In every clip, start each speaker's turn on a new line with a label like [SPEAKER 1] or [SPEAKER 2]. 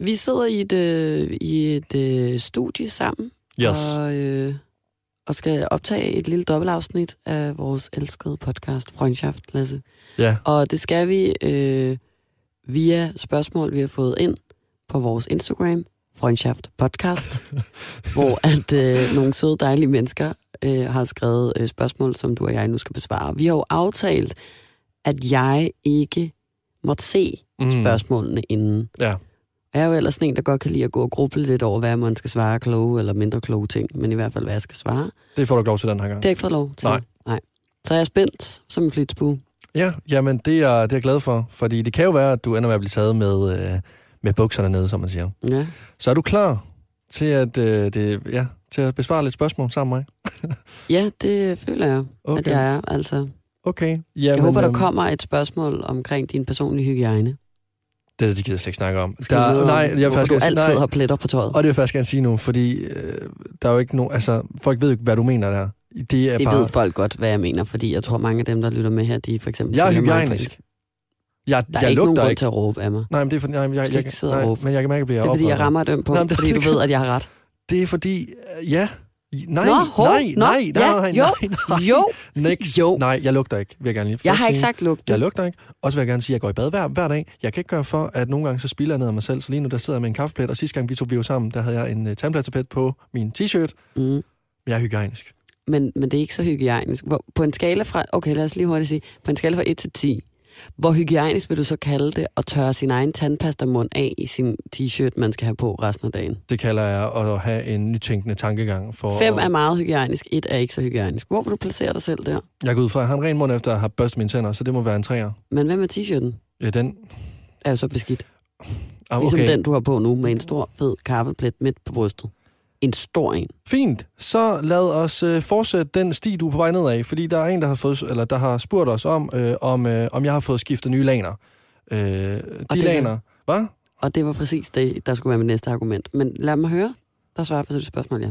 [SPEAKER 1] Vi sidder i et, øh, i et øh, studie sammen
[SPEAKER 2] Yes.
[SPEAKER 1] og, øh, og skal optage et lille dobbeltafsnit af vores elskede podcast, Freundschaft, Lasse.
[SPEAKER 2] Ja.
[SPEAKER 1] Og det skal vi øh, via spørgsmål, vi har fået ind på vores Instagram, Freundschaft Podcast, hvor at øh, nogle søde, dejlige mennesker øh, har skrevet øh, spørgsmål, som du og jeg nu skal besvare. Vi har jo aftalt, at jeg ikke måtte se
[SPEAKER 2] Mm.
[SPEAKER 1] spørgsmålene inden.
[SPEAKER 2] Ja.
[SPEAKER 1] Jeg er jo ellers sådan en, der godt kan lide at gå og gruble lidt over, hvad man skal svare kloge eller mindre kloge ting, men i hvert fald, hvad jeg skal svare.
[SPEAKER 2] Det får du ikke lov til den her gang.
[SPEAKER 1] Det har jeg ikke fået lov til.
[SPEAKER 2] Nej.
[SPEAKER 1] Nej. Så jeg er spændt som en flitsbue.
[SPEAKER 2] Ja, jamen det er, det er jeg glad for, fordi det kan jo være, at du ender med at blive taget med, øh, med bukserne nede, som man siger.
[SPEAKER 1] Ja.
[SPEAKER 2] Så er du klar til at, øh, det, ja, til at besvare lidt spørgsmål sammen med mig?
[SPEAKER 1] ja, det føler jeg, okay. at jeg er. Altså,
[SPEAKER 2] okay. Jamen,
[SPEAKER 1] jeg håber, der
[SPEAKER 2] øhm,
[SPEAKER 1] kommer et spørgsmål omkring din personlige hygiejne.
[SPEAKER 2] Det er det, de gider slet ikke snakke om.
[SPEAKER 1] Skal vi vide
[SPEAKER 2] Der,
[SPEAKER 1] om,
[SPEAKER 2] nej, jeg vil
[SPEAKER 1] hvorfor
[SPEAKER 2] faktisk
[SPEAKER 1] du
[SPEAKER 2] gerne,
[SPEAKER 1] altid
[SPEAKER 2] nej,
[SPEAKER 1] har pletter på tøjet.
[SPEAKER 2] og det vil jeg faktisk gerne sige nu, fordi øh, der er jo ikke nogen, altså folk ved jo ikke, hvad du mener der. Det er
[SPEAKER 1] Det
[SPEAKER 2] bare,
[SPEAKER 1] ved folk godt, hvad jeg mener, fordi jeg tror, mange af dem, der lytter med her, de for eksempel...
[SPEAKER 2] jeg er
[SPEAKER 1] følger mig på
[SPEAKER 2] hygiejnisk.
[SPEAKER 1] Instagram.
[SPEAKER 2] Jeg,
[SPEAKER 1] Der er
[SPEAKER 2] jeg
[SPEAKER 1] ikke nogen
[SPEAKER 2] lugter
[SPEAKER 1] grund til
[SPEAKER 2] ikke.
[SPEAKER 1] at råbe af mig.
[SPEAKER 2] Nej, men det er fordi, nej, men jeg,
[SPEAKER 1] Skal
[SPEAKER 2] jeg,
[SPEAKER 1] ikke sidde og
[SPEAKER 2] nej,
[SPEAKER 1] råbe.
[SPEAKER 2] men jeg kan mærke, at jeg
[SPEAKER 1] Det er, fordi jeg
[SPEAKER 2] oprørt.
[SPEAKER 1] rammer et ømt punkt,
[SPEAKER 2] Nå, men det-
[SPEAKER 1] fordi du
[SPEAKER 2] det kan-
[SPEAKER 1] ved, at jeg har ret.
[SPEAKER 2] Det er fordi, øh, ja. Nej,
[SPEAKER 1] Nå, hov,
[SPEAKER 2] nej,
[SPEAKER 1] nå,
[SPEAKER 2] nej,
[SPEAKER 1] ja,
[SPEAKER 2] nej, nej,
[SPEAKER 1] jo,
[SPEAKER 2] nej,
[SPEAKER 1] Jo,
[SPEAKER 2] Next.
[SPEAKER 1] Jo.
[SPEAKER 2] Nej, jeg lugter ikke, vil jeg gerne lige
[SPEAKER 1] jeg
[SPEAKER 2] først
[SPEAKER 1] har ikke
[SPEAKER 2] sige.
[SPEAKER 1] sagt lugt.
[SPEAKER 2] Jeg lugter ikke. Og så vil jeg gerne sige, at jeg går i bad hver, hver dag. Jeg kan ikke gøre for, at nogle gange så spilder jeg ned af mig selv. Så lige nu, der sidder jeg med en kaffeplet, og sidste gang vi tog vi jo sammen, der havde jeg en uh, tandplatterplet på min t-shirt.
[SPEAKER 1] Mm.
[SPEAKER 2] Men jeg er hygiejnisk.
[SPEAKER 1] Men, men det er ikke så hygiejnisk. Hvor, på en skala fra... Okay, lad os lige hurtigt sige. På en skala fra 1 til 10. Hvor hygiejnisk vil du så kalde det at tørre sin egen tandpastamund af i sin t-shirt, man skal have på resten af dagen?
[SPEAKER 2] Det kalder jeg at have en nytænkende tankegang. For,
[SPEAKER 1] Fem er meget hygiejnisk, et er ikke så hygiejnisk. Hvor vil du placere dig selv der?
[SPEAKER 2] Jeg går ud fra, at jeg har en ren mund efter at have børstet mine tænder, så det må være en træer.
[SPEAKER 1] Men hvad med t-shirten?
[SPEAKER 2] Ja, den...
[SPEAKER 1] Er jo så beskidt.
[SPEAKER 2] Ah,
[SPEAKER 1] Ligesom
[SPEAKER 2] okay.
[SPEAKER 1] den, du har på nu, med en stor, fed kaffeplet midt på brystet. En stor en.
[SPEAKER 2] Fint, så lad os øh, fortsætte den sti, du er på vej nedad, fordi der er en, der har, fået, eller der har spurgt os om, øh, om, øh, om jeg har fået skiftet nye laner. Øh, de
[SPEAKER 1] det er-
[SPEAKER 2] laner, hvad?
[SPEAKER 1] Og det var præcis det, der skulle være mit næste argument. Men lad mig høre. Der svarer jeg på det spørgsmål, ja.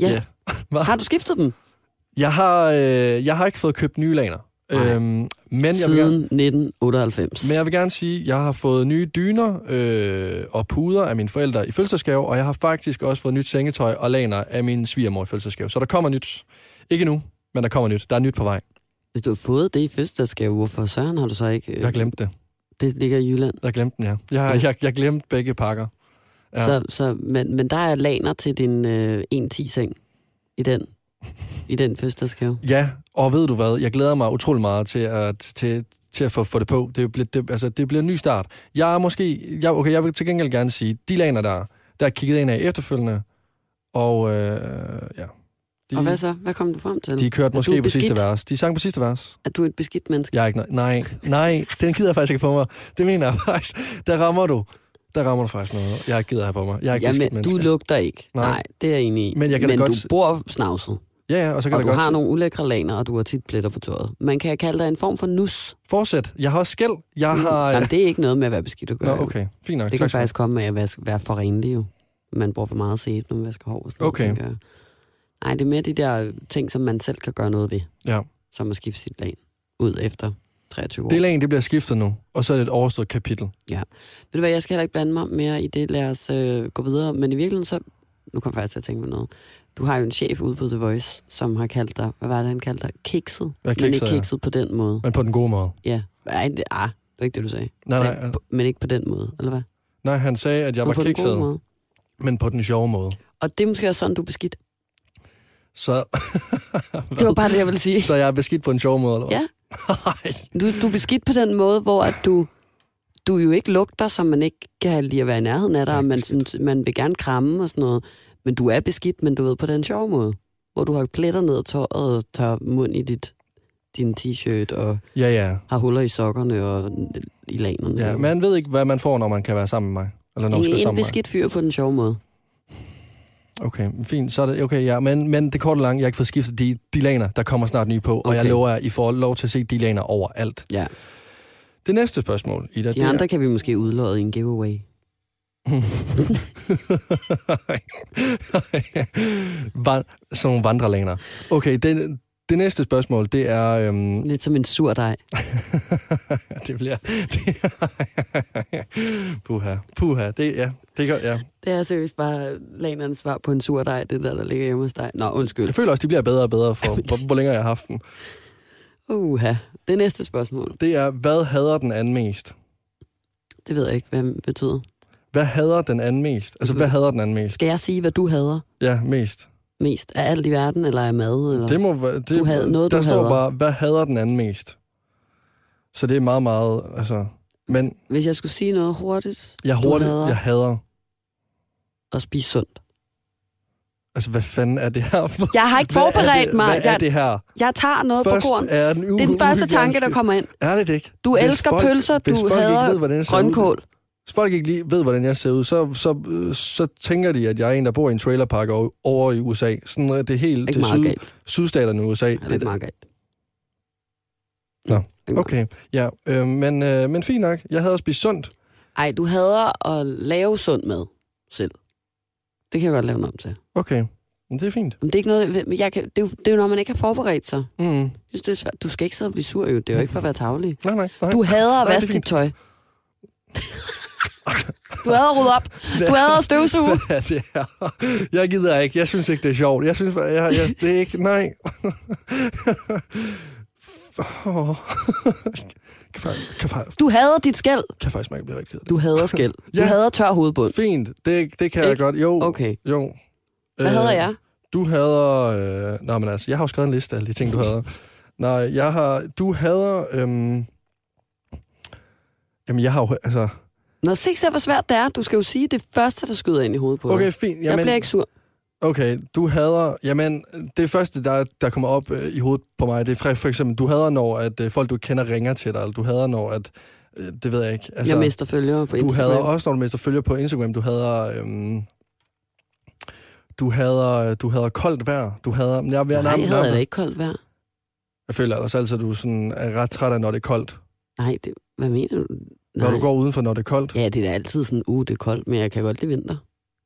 [SPEAKER 1] Ja.
[SPEAKER 2] Ja. Hva?
[SPEAKER 1] Har du skiftet dem
[SPEAKER 2] Jeg har, øh, jeg har ikke fået købt nye laner,
[SPEAKER 1] Nej.
[SPEAKER 2] øhm, men, jeg vil
[SPEAKER 1] siden
[SPEAKER 2] gerne,
[SPEAKER 1] 1998?
[SPEAKER 2] men jeg vil gerne sige, at jeg har fået nye dyner øh, og puder af mine forældre i fødselsdagsgave, og jeg har faktisk også fået nyt sengetøj og laner af min svigermor i fødselsdagsgave. Så der kommer nyt. Ikke nu, men der kommer nyt. Der er nyt på vej.
[SPEAKER 1] Hvis du har fået det i fødselsdagsgave, hvorfor søren har du så ikke... øh,
[SPEAKER 2] Jeg glemte det.
[SPEAKER 1] Det ligger i Jylland.
[SPEAKER 2] Jeg glemte den, ja. Jeg, jeg, jeg glemte begge pakker.
[SPEAKER 1] Ja. Så, så, men, men der er laner til din øh, 1-10-seng i den, i den fødselsdagsgave.
[SPEAKER 2] Ja, og ved du hvad, jeg glæder mig utrolig meget til at, til, til at få, få det på. Det bliver, det, altså, det bliver en ny start. Jeg er måske, jeg, okay, jeg vil til gengæld gerne sige, de laner der, er, der er kigget ind af efterfølgende, og øh, ja. De,
[SPEAKER 1] Og hvad så? Hvad kom du frem til?
[SPEAKER 2] de kørte
[SPEAKER 1] Er
[SPEAKER 2] måske
[SPEAKER 1] du
[SPEAKER 2] på sidste
[SPEAKER 1] beskidt?
[SPEAKER 2] vers. De sang på sidste vers.
[SPEAKER 1] At du er et beskidt menneske?
[SPEAKER 2] Jeg er ikke, nej, nej, den gider jeg faktisk ikke på mig. Det mener jeg faktisk. Der rammer du. Der rammer du faktisk noget. Jeg gider have på mig. Jeg er ikke beskidt
[SPEAKER 1] Jamen,
[SPEAKER 2] menneske.
[SPEAKER 1] du lugter ikke.
[SPEAKER 2] Nej.
[SPEAKER 1] Nej, Nej det er jeg enig i.
[SPEAKER 2] Men jeg kan da
[SPEAKER 1] men
[SPEAKER 2] godt
[SPEAKER 1] du
[SPEAKER 2] se-
[SPEAKER 1] bor snavset,
[SPEAKER 2] Ja, ja, og så kan
[SPEAKER 1] og
[SPEAKER 2] det
[SPEAKER 1] du
[SPEAKER 2] godt
[SPEAKER 1] har nogle ulækre laner, og du har tit pletter på tøjet. Man kan kalde dig en form for nus.
[SPEAKER 2] Fortsæt. Jeg har også skæld. Jeg har...
[SPEAKER 1] Mm. Jamen, det er ikke noget med at være beskidt at gøre.
[SPEAKER 2] Nå, okay. Fint nok.
[SPEAKER 1] Det
[SPEAKER 2] Tak
[SPEAKER 1] kan
[SPEAKER 2] skal du
[SPEAKER 1] faktisk komme af at vaske, være for renlig jo. Man bruger for meget sæbe, når man vasker hår. og sådan noget,
[SPEAKER 2] Okay.
[SPEAKER 1] tænker jeg. Nej, det er mere de der ting, som man selv kan gøre noget ved.
[SPEAKER 2] Ja.
[SPEAKER 1] Som at skifte sit lag ud efter 23 år.
[SPEAKER 2] Det
[SPEAKER 1] Det...
[SPEAKER 2] lagen, det bliver skiftet nu, og så er det et overstået kapitel.
[SPEAKER 1] Ved du hvad, jeg skal heller ikke blande mig mere i det. Lad os øh, gå videre. Men i virkeligheden så... Nu kom jeg faktisk til at tænke på noget. Du har jo en chef ude på The Voice, som har kaldt dig... Hvad var det, han kaldte dig? Kikset.
[SPEAKER 2] Jeg
[SPEAKER 1] men
[SPEAKER 2] kikser,
[SPEAKER 1] ikke
[SPEAKER 2] ja.
[SPEAKER 1] kikset på den måde.
[SPEAKER 2] Men på den gode måde.
[SPEAKER 1] Ja. Nej, det, ah, det var ikke det, du sagde.
[SPEAKER 2] Nej,
[SPEAKER 1] Sagde,
[SPEAKER 2] nej,
[SPEAKER 1] "P- Men ikke på den måde, eller hvad?
[SPEAKER 2] nej, han sagde, at jeg
[SPEAKER 1] Men
[SPEAKER 2] var
[SPEAKER 1] på den gode
[SPEAKER 2] kikset,
[SPEAKER 1] måde.
[SPEAKER 2] men på den sjove måde.
[SPEAKER 1] Og det er måske også sådan, du er beskidt.
[SPEAKER 2] Så,
[SPEAKER 1] Det var bare det, jeg ville sige.
[SPEAKER 2] så jeg er beskidt på en sjov måde, eller hvad?
[SPEAKER 1] Ja.
[SPEAKER 2] Nej.
[SPEAKER 1] Du, du er beskidt på den måde, hvor at du, du jo ikke lugter, som man ikke kan lide at være i nærheden af dig,
[SPEAKER 2] Ja,
[SPEAKER 1] og man,
[SPEAKER 2] beskidt.
[SPEAKER 1] synes, man vil gerne kramme og sådan noget. Men du er beskidt, men du ved på den sjove måde, hvor du har pletter ned ad tøjet og tager mund i dit, din t-shirt og
[SPEAKER 2] Ja, ja.
[SPEAKER 1] har huller i sokkerne og i lanerne.
[SPEAKER 2] ja. Man ved ikke, hvad man får, når man kan være sammen med mig. Eller når man skal være
[SPEAKER 1] en, en
[SPEAKER 2] sammen med
[SPEAKER 1] beskidt fyr på den sjove måde.
[SPEAKER 2] mig. Okay, fint. Så er det, okay, ja. Men, men det korte og lange, jeg har ikke fået skiftet de, de laner, der kommer snart nye på. Okay. Og jeg
[SPEAKER 1] Okay.
[SPEAKER 2] lover jer, I får lov til at se de laner overalt.
[SPEAKER 1] Ja.
[SPEAKER 2] Det næste spørgsmål, Ida,
[SPEAKER 1] De andre kan vi måske udlåde i en giveaway.
[SPEAKER 2] Van- sådan nogle vandrelaner. Okay, den, Det næste spørgsmål, det er... Øhm,
[SPEAKER 1] Lidt som en sur dej.
[SPEAKER 2] det bliver... Det, puha, puha. Det, ja, det gør, ja.
[SPEAKER 1] Det er seriøst bare lanernes svar på en sur dej, det der, der ligger hjemme hos dig. Nå, undskyld.
[SPEAKER 2] Jeg føler også, de bliver bedre og bedre, for hvor, hvor længere jeg har haft dem.
[SPEAKER 1] Uha. Det næste spørgsmål,
[SPEAKER 2] Det er, hvad hader den anden mest?
[SPEAKER 1] det ved jeg ikke, hvad det betyder.
[SPEAKER 2] Hvad hader den anden mest? Altså, hvad hader den anden mest?
[SPEAKER 1] Skal jeg sige, hvad du hader
[SPEAKER 2] Ja, mest.
[SPEAKER 1] mest? Er alt i verden, eller er mad? Eller?
[SPEAKER 2] Det må, være- det,
[SPEAKER 1] Du havde- noget,
[SPEAKER 2] der
[SPEAKER 1] du
[SPEAKER 2] står
[SPEAKER 1] hader.
[SPEAKER 2] bare, hvad hader den anden mest? Så det er meget, meget... Altså, men
[SPEAKER 1] Hvis jeg skulle sige noget hurtigt,
[SPEAKER 2] jeg
[SPEAKER 1] Du
[SPEAKER 2] hurtigt,
[SPEAKER 1] hader.
[SPEAKER 2] jeg hader...
[SPEAKER 1] og spise sundt.
[SPEAKER 2] Altså, hvad fanden er det her for?
[SPEAKER 1] Jeg har ikke
[SPEAKER 2] Hvad er
[SPEAKER 1] forberedt
[SPEAKER 2] det-
[SPEAKER 1] mig.
[SPEAKER 2] Hvad er
[SPEAKER 1] Jeg,
[SPEAKER 2] det her?
[SPEAKER 1] jeg tager noget på korn.
[SPEAKER 2] er den
[SPEAKER 1] Det er den første tanke, der kommer ind.
[SPEAKER 2] Er det det ikke?
[SPEAKER 1] Du elsker pølser,
[SPEAKER 2] hvis
[SPEAKER 1] du
[SPEAKER 2] folk ikke
[SPEAKER 1] hader
[SPEAKER 2] ved, hvordan jeg ser Ud,
[SPEAKER 1] grønkål.
[SPEAKER 2] hvis folk ikke lige ved, hvordan jeg ser ud, så, så, øh, så tænker de, at jeg er en, der bor i en trailerpark over, over i USA. Sådan øh, det er helt
[SPEAKER 1] Ikke
[SPEAKER 2] det
[SPEAKER 1] meget
[SPEAKER 2] syd,
[SPEAKER 1] galt.
[SPEAKER 2] sydstaterne i USA.
[SPEAKER 1] Ja, det er ikke meget galt.
[SPEAKER 2] Nå,
[SPEAKER 1] Ikke meget.
[SPEAKER 2] okay, ja, øh, men, øh, men fint nok. Jeg havde også spist sundt.
[SPEAKER 1] Ej, du hader at lave sund mad selv. Det kan jeg godt lave den om til.
[SPEAKER 2] Okay, men det er fint.
[SPEAKER 1] Men det er ikke noget, men jeg kan, det, er jo, det er jo, når man ikke har forberedt sig.
[SPEAKER 2] Mm.
[SPEAKER 1] Jeg synes, det er svært. Du skal ikke sidde og blive sur, jo. Det er jo ikke for at være tavlig.
[SPEAKER 2] Nej, nej, nej.
[SPEAKER 1] Du hader at
[SPEAKER 2] Nej, det er
[SPEAKER 1] vaske
[SPEAKER 2] fint.
[SPEAKER 1] dit tøj. Du hader at rydde op. Du hader at støvsuge.
[SPEAKER 2] Hvad er det her? Jeg gider ikke. Jeg synes ikke, det er sjovt. Jeg synes, jeg, jeg, det er ikke... Nej. Åh. kan, faktisk, kan, faktisk,
[SPEAKER 1] Du hader dit skæld.
[SPEAKER 2] kan faktisk mærke, at jeg bliver rigtig ked af det.
[SPEAKER 1] Du hader skæld. Du
[SPEAKER 2] Ja.
[SPEAKER 1] hader tør hovedbund.
[SPEAKER 2] Fint. Det, det kan jeg
[SPEAKER 1] Ikke?
[SPEAKER 2] godt. Jo.
[SPEAKER 1] Okay.
[SPEAKER 2] Jo. Øh,
[SPEAKER 1] Hvad hader jeg?
[SPEAKER 2] Du hader... Øh, nej, men altså, jeg har jo skrevet en liste af alle de ting, du hader. nej, jeg har... Du hader... Øhm, jamen, jeg har jo... Altså,
[SPEAKER 1] Nå, se så, hvor svært det er. Du skal jo sige det første, der skyder ind i hovedet på dig.
[SPEAKER 2] okay, fint.
[SPEAKER 1] jeg
[SPEAKER 2] Jamen,
[SPEAKER 1] bliver ikke sur.
[SPEAKER 2] Okay, du hader... Jamen, det første, der, der kommer op øh, i hovedet på mig, det er for, for eksempel, du hader, når at, øh, folk, du ikke kender, ringer til dig, eller du hader, når at... Øh, det ved jeg ikke.
[SPEAKER 1] Altså, jeg mister følgere på
[SPEAKER 2] du
[SPEAKER 1] Instagram.
[SPEAKER 2] hader også, når du mister følger på Instagram. Du hader... Øhm, du hader, du hader koldt vejr. Du hader... Jeg, jeg,
[SPEAKER 1] Nej, jeg hader da ikke koldt vejr.
[SPEAKER 2] Jeg føler ellers altid, at du sådan er ret træt af, når det er koldt.
[SPEAKER 1] Nej, det, hvad mener du?
[SPEAKER 2] Nej.
[SPEAKER 1] Nej.
[SPEAKER 2] Når du går udenfor, når det er koldt.
[SPEAKER 1] Ja, det er da altid sådan, uh, det er koldt, men jeg kan godt lide vinter.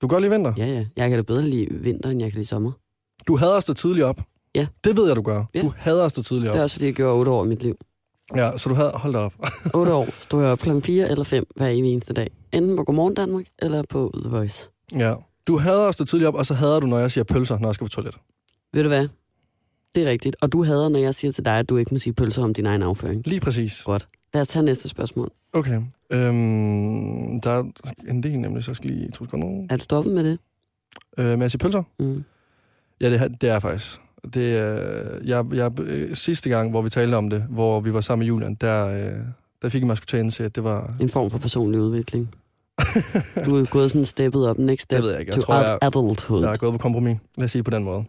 [SPEAKER 2] Du kan godt lide vinter.
[SPEAKER 1] Ja, ja. Jeg kan da bedre lide vinter, end jeg kan lide sommer.
[SPEAKER 2] Du hader at stå tidligt op.
[SPEAKER 1] Ja.
[SPEAKER 2] Det ved jeg, du gør.
[SPEAKER 1] Ja.
[SPEAKER 2] Du hader at stå tidligt
[SPEAKER 1] Ja.
[SPEAKER 2] op.
[SPEAKER 1] Det er også det, jeg gjorde otte år i mit liv.
[SPEAKER 2] Ja, så du hader... Hold da op.
[SPEAKER 1] Otte år stod jeg op klokken 4 eller 5 hver evig eneste dag. Enten på Godmorgen Danmark eller på The Voice.
[SPEAKER 2] Ja. Du hader at stå tidligt op, og så hader du, når jeg siger pølser, når jeg skal på toilet.
[SPEAKER 1] Ved du hvad? Det er rigtigt. Og du hader, når jeg siger til dig, at du ikke må sige pølser om din egen afføring.
[SPEAKER 2] Lige præcis.
[SPEAKER 1] Godt. Lad os tage næste spørgsmål.
[SPEAKER 2] Okay. Øhm, der er en del nemlig, så jeg skal lige to sekunder.
[SPEAKER 1] Er du stoppet med det?
[SPEAKER 2] Øh, men jeg siger pølser?
[SPEAKER 1] Mm.
[SPEAKER 2] Ja, det, er- det er jeg faktisk. Det, øh, jeg, jeg, øh, sidste gang, hvor vi talte om det, hvor vi var sammen med Julian, der, øh, der fik jeg mig sgu til at indse, at det var...
[SPEAKER 1] En form for personlig udvikling. Du er gået sådan steppet op, next step
[SPEAKER 2] det ved jeg ikke.
[SPEAKER 1] to
[SPEAKER 2] Jeg tror, jeg,
[SPEAKER 1] adulthood.
[SPEAKER 2] jeg er gået på kompromis. Lad os sige det på den måde.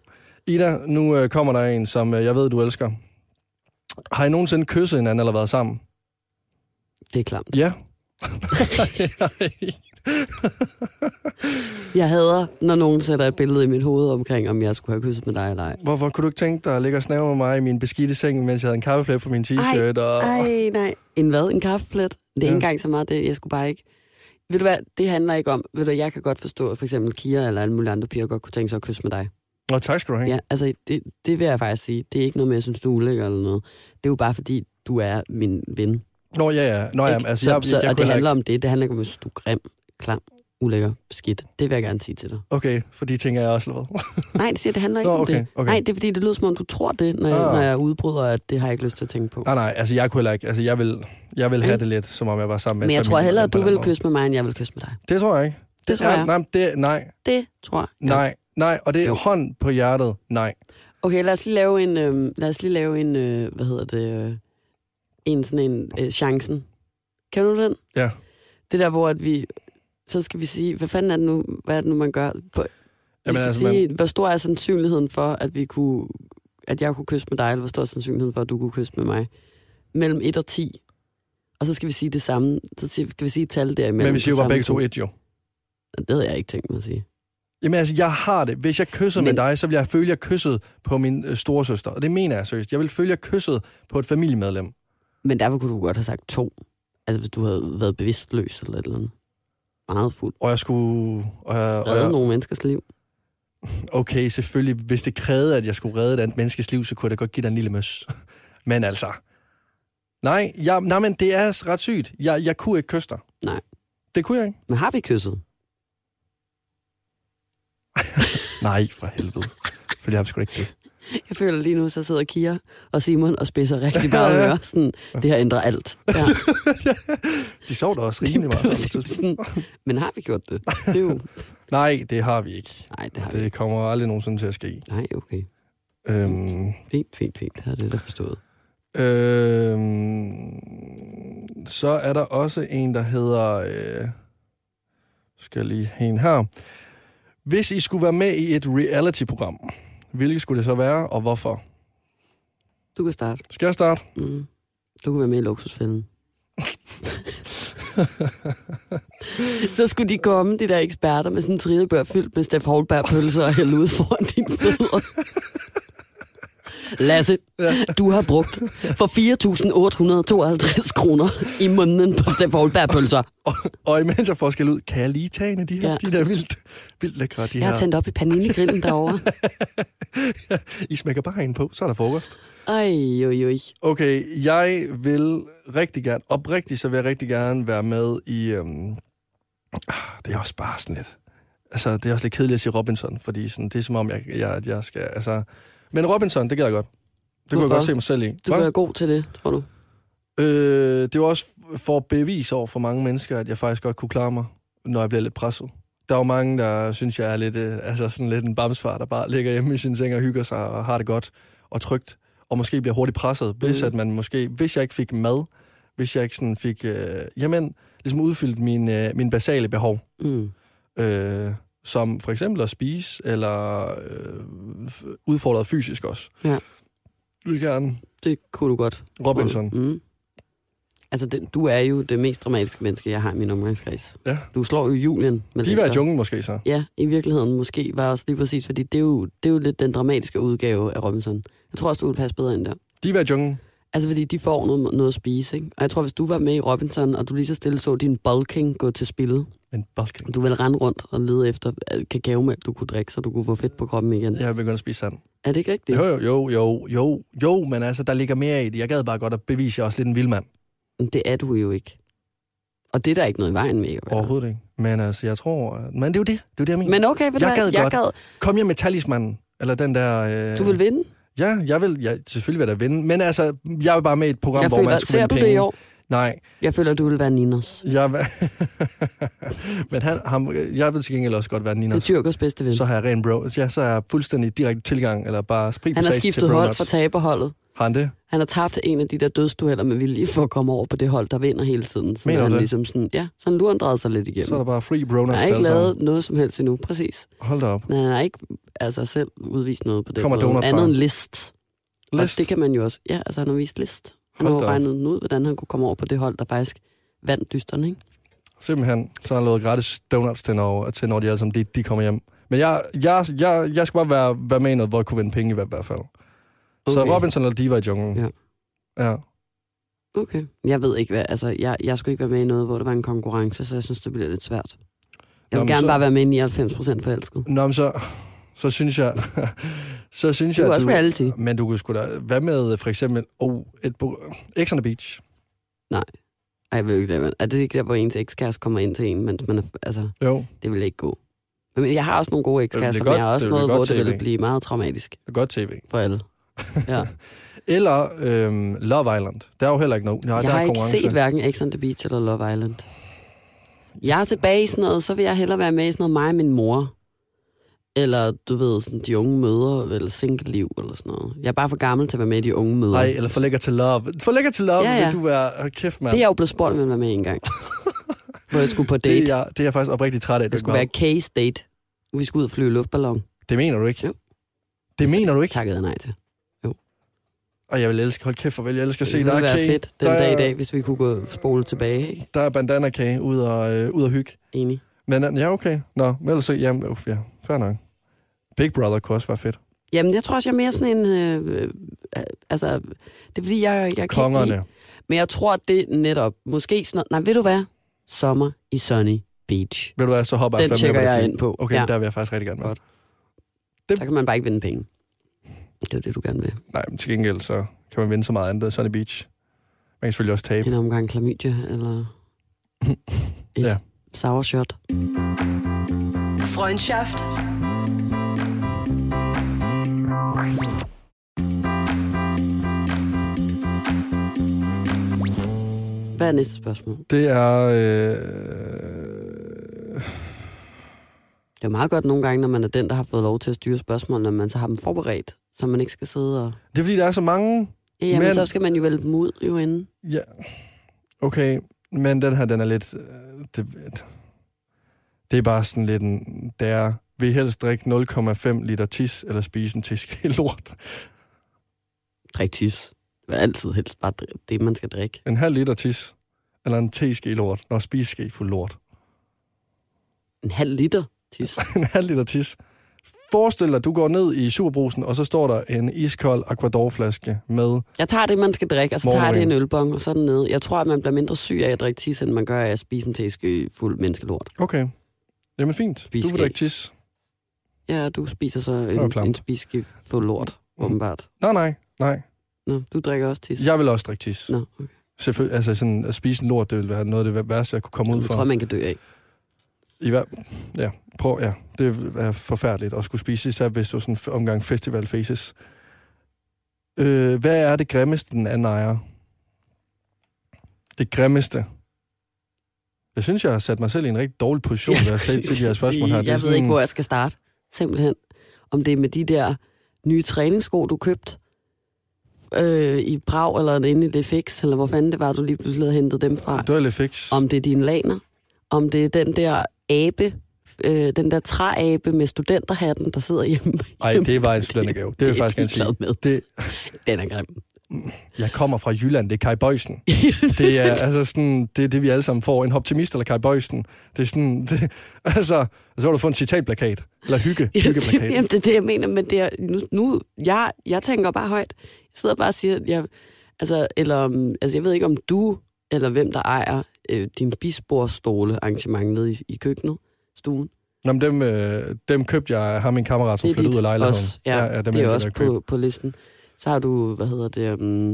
[SPEAKER 2] Ida, nu øh, kommer der en, som øh, jeg ved, du elsker. Har I nogensinde kysset hinanden eller været sammen?
[SPEAKER 1] Det er klamt.
[SPEAKER 2] Ja.
[SPEAKER 1] Jeg hader, når nogen sætter et billede i mit hoved omkring, om jeg skulle have kysset med dig eller ej.
[SPEAKER 2] Hvorfor kunne du ikke tænke dig at ligge og snæve med mig i min beskidte seng, mens jeg havde en kaffeflæb på min t-shirt? og...
[SPEAKER 1] Ej, nej. En hvad? En kaffeplet? Det er ja. ikke
[SPEAKER 2] Ja.
[SPEAKER 1] engang så meget det. Jeg skulle bare ikke... Ved du hvad, det handler ikke om. Ved du, jeg kan godt forstå, at for eksempel Kira eller alle mulige andre piger godt kunne tænke sig at kysse med dig.
[SPEAKER 2] Nå, tak skal du have.
[SPEAKER 1] Ja, altså, det, det vil jeg faktisk sige. Det er ikke noget med, at jeg synes, du er ulækker eller noget. Det er jo bare fordi, du er min ven.
[SPEAKER 2] Nå, ja, ja. Nå, ja,
[SPEAKER 1] Ikke?
[SPEAKER 2] altså,
[SPEAKER 1] så,
[SPEAKER 2] jeg, jeg,
[SPEAKER 1] så,
[SPEAKER 2] jeg, jeg
[SPEAKER 1] og det
[SPEAKER 2] kunne
[SPEAKER 1] handler
[SPEAKER 2] handler...
[SPEAKER 1] om det. Det handler ikke om, at du er grim, klam, ulækker, skidt. Det vil jeg gerne sige til dig.
[SPEAKER 2] Okay, for de ting er jeg også lavet.
[SPEAKER 1] Nej, det siger, det handler ikke
[SPEAKER 2] Nå,
[SPEAKER 1] om
[SPEAKER 2] okay,
[SPEAKER 1] det.
[SPEAKER 2] okay.
[SPEAKER 1] Nej, det er fordi, det lyder som om, du tror det, når, jeg,
[SPEAKER 2] Ah.
[SPEAKER 1] når jeg udbryder, at det har jeg ikke lyst til at tænke på.
[SPEAKER 2] nej, nej, altså jeg kunne heller ikke. Altså jeg vil, jeg vil have
[SPEAKER 1] Ikke?
[SPEAKER 2] det lidt, som om jeg var sammen med
[SPEAKER 1] Men jeg tror
[SPEAKER 2] familien
[SPEAKER 1] hellere, at
[SPEAKER 2] på
[SPEAKER 1] du
[SPEAKER 2] den
[SPEAKER 1] vil
[SPEAKER 2] måde.
[SPEAKER 1] kysse med mig, end jeg vil kysse med dig.
[SPEAKER 2] Det tror jeg ikke.
[SPEAKER 1] Det tror
[SPEAKER 2] er-
[SPEAKER 1] jeg.
[SPEAKER 2] Nej, men det, nej,
[SPEAKER 1] Det tror jeg.
[SPEAKER 2] nej, nej. Og det er
[SPEAKER 1] Jo.
[SPEAKER 2] hånd på hjertet, nej.
[SPEAKER 1] Okay, lad os lige lave en, øh, lad os lige lave en øh, hvad hedder det, øh, en sådan en, øh, chancen. Kan du den?
[SPEAKER 2] Ja.
[SPEAKER 1] Det der, hvor at vi, så skal vi sige, hvad fanden er det nu, hvad er det nu, man gør? På, Jamen, altså, sige, man... hvor stor er sandsynligheden for, at vi kunne, at jeg kunne kysse med dig, eller hvor stor er sandsynligheden for, at du kunne kysse med mig? Mellem 1 og 10. Og så skal vi sige det samme. Så siger- skal vi sige et tal derimellem.
[SPEAKER 2] men vi siger jo
[SPEAKER 1] Det
[SPEAKER 2] bare
[SPEAKER 1] samme
[SPEAKER 2] begge to et, jo.
[SPEAKER 1] Det havde jeg ikke tænkt mig at sige.
[SPEAKER 2] Jamen altså, jeg har det. Hvis jeg kysser men... med
[SPEAKER 1] Men-
[SPEAKER 2] dig, så vil jeg føle, at jeg kyssede på min øh, storesøster. Og det mener jeg seriøst. Jeg vil føle, at jeg kyssede på et familiemedlem.
[SPEAKER 1] Men derfor kunne du godt have sagt to. Altså hvis du havde været bevidstløs eller et eller andet. Meget fuld.
[SPEAKER 2] Og jeg skulle... Og jeg, og
[SPEAKER 1] Redde
[SPEAKER 2] jeg,
[SPEAKER 1] nogle menneskers liv.
[SPEAKER 2] okay, selvfølgelig, hvis det krævede, at jeg skulle redde et andet menneskes liv, så kunne jeg da godt give dig en lille møs. Men altså, nej, jeg, nej men det er ret sygt. Jeg, jeg kunne ikke kysse dig.
[SPEAKER 1] Nej.
[SPEAKER 2] Det kunne jeg ikke.
[SPEAKER 1] Men har vi kysset?
[SPEAKER 2] Nej, for helvede. For jeg har sgu da ikke det.
[SPEAKER 1] Jeg føler lige nu, så sidder Kira og Simon og spidser rigtig meget ører. Sådan, det her ændrer alt. Ja.
[SPEAKER 2] De sov da også rimelig meget. på et tidspunkt.
[SPEAKER 1] Sådan, men har vi gjort det? det er jo...
[SPEAKER 2] Nej, det har vi ikke.
[SPEAKER 1] Nej, det har vi. ikke.
[SPEAKER 2] Det kommer aldrig nogensinde til at ske.
[SPEAKER 1] Nej, okay.
[SPEAKER 2] Øhm,
[SPEAKER 1] Fint, fint, fint. Det har det der forstået.
[SPEAKER 2] Øhm, så er der også en, der hedder... Øh, skal jeg lige have en her. Hvis I skulle være med i et reality-program, hvilket skulle det så være, og hvorfor?
[SPEAKER 1] Du kan starte.
[SPEAKER 2] Skal jeg starte?
[SPEAKER 1] Mm. Du kunne være med i luksusfælden. så skulle de komme, de der eksperter, med sådan en tridebør fyldt med Steff Holberg-pølser og hælde ud foran dine fødder. Lasse, du har brugt for 4.852 kroner i måneden på Steff Holberg-pølser.
[SPEAKER 2] Og imens jeg får skal ud, kan jeg lige tage en af de her?
[SPEAKER 1] Ja.
[SPEAKER 2] Ja. De der vildt, vildt lækre, de
[SPEAKER 1] Jeg har
[SPEAKER 2] her.
[SPEAKER 1] tændt op i panini-grillen derovre.
[SPEAKER 2] I smækker bare en på, så er der frokost.
[SPEAKER 1] Ej, jo, jo.
[SPEAKER 2] Okay, jeg vil rigtig gerne, oprigtigt, så vil jeg rigtig gerne være med i... Øhm, ah, det er også bare sådan lidt... Altså, det er også lidt kedeligt at sige Robinson, fordi sådan, det er som om, jeg, jeg, jeg skal... Altså, men Robinson, det gad jeg godt. Det kunne jeg
[SPEAKER 1] Hvorfor?
[SPEAKER 2] godt se mig selv i.
[SPEAKER 1] Du
[SPEAKER 2] Hva?
[SPEAKER 1] er god til det, tror du.
[SPEAKER 2] Øh, det var også for at bevise over for mange mennesker, at jeg faktisk godt kunne klare mig, når jeg bliver lidt presset. Der er jo mange, der synes, jeg er lidt, øh, altså sådan lidt en bamsfar, der bare ligger hjemme i sin seng og hygger sig og har det godt og trygt, og måske bliver hurtigt presset, hvis,
[SPEAKER 1] Mhm.
[SPEAKER 2] at man måske, hvis jeg ikke fik mad, hvis jeg ikke sådan fik, øh, jamen, ligesom udfyldt mine, øh, mine basale behov,
[SPEAKER 1] Mm.
[SPEAKER 2] øh, som for eksempel at spise, eller øh, f- udfordret fysisk også.
[SPEAKER 1] Ja.
[SPEAKER 2] Jeg vil gerne
[SPEAKER 1] Det kunne du godt.
[SPEAKER 2] Robinson.
[SPEAKER 1] Mm. Altså, det, du er jo det mest dramatiske menneske, jeg har i min omgangskreds.
[SPEAKER 2] Ja.
[SPEAKER 1] Du slår jo Julian. Med
[SPEAKER 2] De var i junglen måske så.
[SPEAKER 1] Ja, i virkeligheden måske var også lige præcis, fordi det er, jo, det er jo lidt den dramatiske udgave af Robinson. Jeg tror også, du ville passe bedre ind der.
[SPEAKER 2] De var i junglen.
[SPEAKER 1] Altså, fordi de får noget, noget at spise, ikke? Og jeg tror, hvis du var med i Robinson, og du lige så stille så din bulking gå til spillet,
[SPEAKER 2] Men bulking.
[SPEAKER 1] du ville rende rundt og lede efter øh, kakaomælk, du kunne drikke, så du kunne få fedt på kroppen igen. Ja.
[SPEAKER 2] Jeg er begyndt at spise sand.
[SPEAKER 1] Er det ikke rigtigt?
[SPEAKER 2] Jo, jo, jo, jo, jo, jo, men altså, der ligger mere i det. Jeg gad bare godt at bevise, at jeg er også lidt en vild mand.
[SPEAKER 1] Men det er du jo ikke. Og det er der ikke noget i vejen med. at være.
[SPEAKER 2] Overhovedet ikke. Men altså, jeg tror... at- Men det er jo det. Det er jo det, jeg mener. Men...
[SPEAKER 1] Men okay, ved du
[SPEAKER 2] Jeg
[SPEAKER 1] hvad?
[SPEAKER 2] gad godt.
[SPEAKER 1] Gad.
[SPEAKER 2] Kom hjem med talismanen. Eller den der... Øh...
[SPEAKER 1] Du vil vinde?
[SPEAKER 2] Ja, jeg vil... Ja, selvfølgelig vil jeg da vinde. Men altså, jeg vil bare med i et program,
[SPEAKER 1] Jeg
[SPEAKER 2] hvor
[SPEAKER 1] føler,
[SPEAKER 2] man skal
[SPEAKER 1] ser
[SPEAKER 2] vinde
[SPEAKER 1] du
[SPEAKER 2] penge.
[SPEAKER 1] det i år?
[SPEAKER 2] Nej.
[SPEAKER 1] Jeg føler, du vil være Ninos.
[SPEAKER 2] Jeg... vil- men han, ham, jeg vil til gengæld også godt være
[SPEAKER 1] Det er
[SPEAKER 2] Ninos.
[SPEAKER 1] Tyrkers bedste ven.
[SPEAKER 2] Så har jeg ren bro. Ja, så er jeg fuldstændig direkte tilgang, eller bare fri
[SPEAKER 1] Han har
[SPEAKER 2] passage
[SPEAKER 1] skiftet
[SPEAKER 2] til
[SPEAKER 1] hold
[SPEAKER 2] bronuts.
[SPEAKER 1] for taberholdet.
[SPEAKER 2] Har han det?
[SPEAKER 1] Han har tabt en af de der dødsdueller med vilje for at komme over på det hold, der vinder hele tiden. Så
[SPEAKER 2] Mener
[SPEAKER 1] han
[SPEAKER 2] du det?
[SPEAKER 1] ligesom sådan, ja, så han lurendrede sig lidt igennem.
[SPEAKER 2] Så er der bare free
[SPEAKER 1] han
[SPEAKER 2] bronuts
[SPEAKER 1] har
[SPEAKER 2] til
[SPEAKER 1] ikke
[SPEAKER 2] alle sammen.
[SPEAKER 1] lavet noget som helst endnu, præcis.
[SPEAKER 2] Hold da op.
[SPEAKER 1] Men han har ikke altså, selv udvist noget på det
[SPEAKER 2] Kommer
[SPEAKER 1] måde.
[SPEAKER 2] donutfar.
[SPEAKER 1] Andet end list. list.
[SPEAKER 2] List.
[SPEAKER 1] Og det kan man jo også. Ja, altså han har vist list. Han
[SPEAKER 2] Hold
[SPEAKER 1] har jo
[SPEAKER 2] da op.
[SPEAKER 1] regnet den ud, hvordan han kunne komme over på det hold, der faktisk vandt dysterne, ikke?
[SPEAKER 2] Simpelthen. Så har han lavet gratis donuts til når, til når de alle sammen de, de kommer hjem. Men jeg, jeg, jeg, jeg skal bare være, være med i noget, hvor jeg kunne vinde penge i hvert, hvert fald. Okay. Så
[SPEAKER 1] Okay.
[SPEAKER 2] Robinson eller Diva i junglen.
[SPEAKER 1] Ja.
[SPEAKER 2] ja.
[SPEAKER 1] Okay. Jeg ved ikke, hvad, altså, jeg, jeg skulle ikke være med i noget, hvor der var en konkurrence, så jeg synes, det bliver lidt svært. Jeg
[SPEAKER 2] Nå,
[SPEAKER 1] vil
[SPEAKER 2] men
[SPEAKER 1] gerne
[SPEAKER 2] så-
[SPEAKER 1] bare være med i 99 procent forelsket.
[SPEAKER 2] Nå, men så, så synes jeg... så synes
[SPEAKER 1] Det er
[SPEAKER 2] jeg,
[SPEAKER 1] jo
[SPEAKER 2] at
[SPEAKER 1] også reality.
[SPEAKER 2] Men du kunne sgu da... Hvad med for eksempel... Oh, et bo- X on the Beach.
[SPEAKER 1] Ej, jeg vil ikke det. Er det ikke der, hvor ens ekskæreste kommer ind til en, mens man er, altså,
[SPEAKER 2] Jo, det
[SPEAKER 1] det vil ikke gå. Men jeg har også nogle gode ekskærester, men
[SPEAKER 2] godt-
[SPEAKER 1] jeg har også
[SPEAKER 2] det vil
[SPEAKER 1] noget,
[SPEAKER 2] godt
[SPEAKER 1] hvor det
[SPEAKER 2] tv.
[SPEAKER 1] ville blive meget traumatisk
[SPEAKER 2] er godt tv.
[SPEAKER 1] for alle. Ja.
[SPEAKER 2] Eller øhm, Love Island. Der er jo heller ikke nogen. Nej,
[SPEAKER 1] jeg
[SPEAKER 2] der er
[SPEAKER 1] har ikke
[SPEAKER 2] konkurrence.
[SPEAKER 1] set hverken X on the Beach eller Love Island. Jeg er tilbage i sådan noget, så vil jeg hellere være med i sådan noget mig og min mor. Eller, du ved, sådan de unge mødre, eller single liv, eller sådan noget. Jeg er bare for gammel til at være med i de unge mødre.
[SPEAKER 2] Nej, eller for lækker til love. For lækker til love
[SPEAKER 1] Ja,
[SPEAKER 2] ja,
[SPEAKER 1] ja.
[SPEAKER 2] ja. vil du være... Hold Kæft, mand.
[SPEAKER 1] Det er jeg jo blevet spurgt, om jeg var med en gang. hvor jeg skulle på date.
[SPEAKER 2] det,
[SPEAKER 1] Det,
[SPEAKER 2] er jeg, det er jeg faktisk oprigtigt træt af. at du
[SPEAKER 1] det skulle være
[SPEAKER 2] ikke
[SPEAKER 1] case date. Vi skulle ud og flyve i luftballon.
[SPEAKER 2] var. det mener du ikke?
[SPEAKER 1] Jo.
[SPEAKER 2] Det mener du ikke?
[SPEAKER 1] Takkede jeg nej til.
[SPEAKER 2] Og jeg vil elske, hold kæft, farvel, jeg elsker at se,
[SPEAKER 1] det
[SPEAKER 2] der
[SPEAKER 1] ville
[SPEAKER 2] er
[SPEAKER 1] være
[SPEAKER 2] kage,
[SPEAKER 1] fedt den
[SPEAKER 2] der,
[SPEAKER 1] dag i
[SPEAKER 2] er-
[SPEAKER 1] dag, hvis vi kunne gå spole tilbage. Ikke?
[SPEAKER 2] der er bandana kage ud og, øh, ud og hygge.
[SPEAKER 1] Enig.
[SPEAKER 2] Men øh, ja, okay. Nå, men ellers så, jamen, uff, ja, fair nok. Big Brother kunne også være fedt.
[SPEAKER 1] Jamen, jeg tror også, jeg er mere sådan en... Øh, øh, altså, det er fordi, jeg, jeg kan ikke lide-
[SPEAKER 2] Kongerne.
[SPEAKER 1] Men jeg tror, det netop... Måske sådan noget... Nej, ved du hvad? Sommer i Sunny Beach.
[SPEAKER 2] Vil du være så hopper
[SPEAKER 1] Den
[SPEAKER 2] fandme
[SPEAKER 1] tjekker
[SPEAKER 2] på det
[SPEAKER 1] jeg
[SPEAKER 2] fly.
[SPEAKER 1] ind på.
[SPEAKER 2] Okay,
[SPEAKER 1] Ja.
[SPEAKER 2] ja. der vil jeg faktisk rigtig gerne være.
[SPEAKER 1] Godt.
[SPEAKER 2] Det-
[SPEAKER 1] Så kan man bare ikke vinde penge. Det er jo det, du gerne vil.
[SPEAKER 2] Nej, men til gengæld så kan man vinde så meget andet. Sunny Beach. Man kan selvfølgelig også tabe.
[SPEAKER 1] En omgang klamydia, eller et
[SPEAKER 2] Ja.
[SPEAKER 1] ja. sour shot.
[SPEAKER 3] Freundschaft.
[SPEAKER 1] Hvad er næste spørgsmål?
[SPEAKER 2] Det er... Øh...
[SPEAKER 1] Det er jo meget godt nogle gange, når man er den, der har fået lov til at styre spørgsmålene, når man så har dem forberedt, så man ikke skal sidde og...
[SPEAKER 2] Det er fordi, der er så mange...
[SPEAKER 1] Ja, jamen,
[SPEAKER 2] Men-
[SPEAKER 1] men... så skal man jo vælge dem ud jo inden.
[SPEAKER 2] Ja. Okay, men den her, den er lidt... øh, Det, det er bare sådan lidt en... Det er, vil helst drikke 0,5 liter tis, eller spise en tiske lort.
[SPEAKER 1] Drik tis. Det er altid helst bare dri- det, man skal drikke.
[SPEAKER 2] En halv liter tis, eller en teske lort. Når spise ske fuld lort.
[SPEAKER 1] En halv liter tis.
[SPEAKER 2] en halv liter tis. Forestil dig, du går ned i superbrusen, og så står der en iskold Aquador-flaske med...
[SPEAKER 1] Jeg tager det, man skal drikke, og så tager jeg det
[SPEAKER 2] Morgenbrød.
[SPEAKER 1] en ølbong, og så er den nede. Jeg tror, at man bliver mindre syg af at drikke tis, end man gør af at spise en teske fuld menneskelort.
[SPEAKER 2] Okay. Jamen fint.
[SPEAKER 1] Spise
[SPEAKER 2] du vil
[SPEAKER 1] ske.
[SPEAKER 2] drikke tis.
[SPEAKER 1] Ja, du spiser så
[SPEAKER 2] var
[SPEAKER 1] en,
[SPEAKER 2] klamt.
[SPEAKER 1] en spiske fuld lort, åbenbart.
[SPEAKER 2] Nej, nej, nej.
[SPEAKER 1] Nå, du drikker også tis.
[SPEAKER 2] Jeg vil også drikke tis.
[SPEAKER 1] Nå, okay.
[SPEAKER 2] Selvfølgelig, altså sådan, at spise en lort, det ville være noget af det værste, jeg kunne komme ud
[SPEAKER 1] Jeg
[SPEAKER 2] for.
[SPEAKER 1] tror, man kan dø af.
[SPEAKER 2] I hver... Ja, prøv, ja. Det ville være forfærdeligt at skulle spise, især hvis du sådan en omgang festivalfaces. Øh, hvad er det grimmeste, den anden ejer? Det grimmeste. Jeg synes, jeg har sat mig selv i en rigtig dårlig position, ved at sætte til de her spørgsmål her. Det er
[SPEAKER 1] Jeg ved
[SPEAKER 2] sådan-
[SPEAKER 1] ikke, hvor jeg skal starte, simpelthen. Om det er med de der nye træningssko, du købte øh, i Prag, eller inde i det fix, eller hvor fanden det var, du lige pludselig havde hentet dem fra.
[SPEAKER 2] Det var lidt fix.
[SPEAKER 1] Om det er dine laner, om det er den der abe, øh, den der træabe med studenterhatten, der sidder hjemme.
[SPEAKER 2] Nej, det var en studentergave. Det vil jeg
[SPEAKER 1] Det er
[SPEAKER 2] faktisk
[SPEAKER 1] jeg
[SPEAKER 2] gerne sige.
[SPEAKER 1] ligeglad med.
[SPEAKER 2] Det,
[SPEAKER 1] Den er grim.
[SPEAKER 2] jeg kommer fra Jylland, det er Kai Bøjsen. Det er altså sådan, det, er det vi alle sammen får. En optimist eller Kai Bøjsen. Det er sådan, det, altså, så har du fået en citatplakat. Eller hygge, hyggeplakat.
[SPEAKER 1] Jamen, det er det, jeg mener, men det er, nu, nu jeg, jeg tænker bare højt. Jeg sidder bare og siger, at jeg, altså, eller, om- altså, jeg ved ikke, om du eller hvem, der ejer øh, din bisborstole arrangement nede i, i køkkenet, stuen.
[SPEAKER 2] Nå, men dem, øh, dem købte jeg, har min kammerat, som
[SPEAKER 1] Det er
[SPEAKER 2] flyttede ud
[SPEAKER 1] dit
[SPEAKER 2] af lejligheden.
[SPEAKER 1] også. Ja,
[SPEAKER 2] dem
[SPEAKER 1] det er
[SPEAKER 2] endte
[SPEAKER 1] også
[SPEAKER 2] jeg med at købe.
[SPEAKER 1] på, på listen. Så har du, hvad hedder det, um,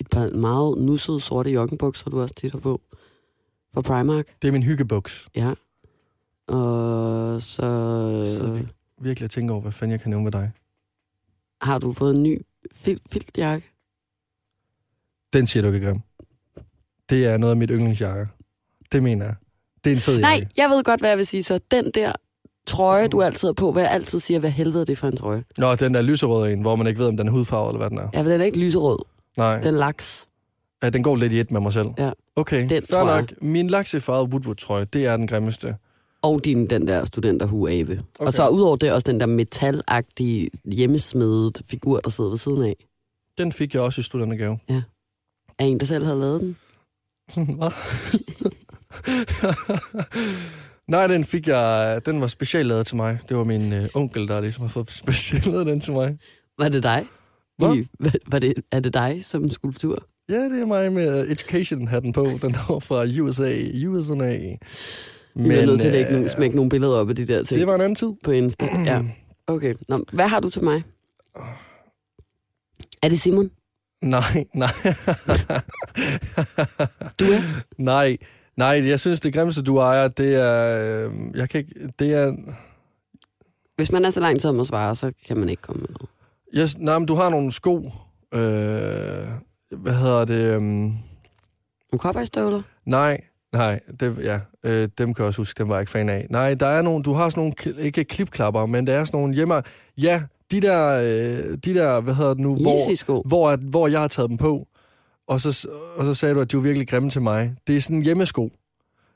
[SPEAKER 1] et par meget nussede sorte joggenbukser, du også tit har på, fra Primark.
[SPEAKER 2] Det er min hyggebuks.
[SPEAKER 1] Ja. Og så,
[SPEAKER 2] Sidder vi. Virkelig at tænke over, hvad fanden jeg kan nævne med dig.
[SPEAKER 1] har du fået en ny fil- filtjakke.
[SPEAKER 2] Den siger du ikke grim. Det er noget af mit yndlingsjakke. Det mener jeg. Mhm. Det er en fed
[SPEAKER 1] Nej,
[SPEAKER 2] jakke.
[SPEAKER 1] jeg ved godt, hvad jeg vil sige. Så den der trøje, du altid har på, hvad jeg altid siger, hvad helvede er det for en trøje?
[SPEAKER 2] Nå, den der lyserøde en, hvor man ikke ved, om den er hudfarvet eller hvad den er.
[SPEAKER 1] Ja, for den er ikke lyserød.
[SPEAKER 2] Nej.
[SPEAKER 1] Den er laks.
[SPEAKER 2] Ja, den går lidt i et med mig selv.
[SPEAKER 1] Ja.
[SPEAKER 2] Okay,
[SPEAKER 1] Den
[SPEAKER 2] fair
[SPEAKER 1] tror jeg.
[SPEAKER 2] nok. Min laksefarvede Woodward-trøje, det er den grimmeste.
[SPEAKER 1] Og din, den der studenterhueabe. Okay.
[SPEAKER 2] Okay.
[SPEAKER 1] Og så udover det også den der metalagtige hjemmesmedet figur, der sidder ved siden af.
[SPEAKER 2] Den fik jeg også i studentergave.
[SPEAKER 1] Er en, der selv havde lavet den?
[SPEAKER 2] Hvad? Nej, den fik jeg... Den var speciallavet til mig. Det var min øh, onkel, der ligesom har fået speciallavet den til mig.
[SPEAKER 1] Var det dig?
[SPEAKER 2] Hvad?
[SPEAKER 1] I, var det, er det dig som skulptur?
[SPEAKER 2] Ja, det er mig med øh, education-hatten på. Den var fra USA. USA.
[SPEAKER 1] Men, jeg er nødt til at lægge
[SPEAKER 2] øh,
[SPEAKER 1] nogle, smække nogle billeder op af de der ting
[SPEAKER 2] det var en anden tid.
[SPEAKER 1] på Insta. Ja. Okay. Nå, hvad har du til mig? Er det Simon?
[SPEAKER 2] Nej, nej.
[SPEAKER 1] Du er?
[SPEAKER 2] Nej, nej, jeg synes, det grimmeste, du ejer, det er... Øh, jeg kan ikke... Det er...
[SPEAKER 1] Hvis man er så langt som at svare, så kan man ikke komme med noget.
[SPEAKER 2] Yes, nej, men du har nogle sko. Øh, hvad hedder det? øhm,
[SPEAKER 1] Nogle cowboystøvler?
[SPEAKER 2] Nej, nej, det, ja, øh, dem kan jeg også huske, dem var jeg ikke fan af. Nej, der er nogle, du har sådan nogle, kl- ikke klipklapper, men der er sådan nogle hjemme... Ja, de der, øh, de der hvad hedder det nu, hvor,
[SPEAKER 1] Yeezy-sko?
[SPEAKER 2] hvor, at, hvor jeg har taget dem på, og så, og så sagde du, at de var virkelig grimme til mig. Det er sådan en hjemmesko.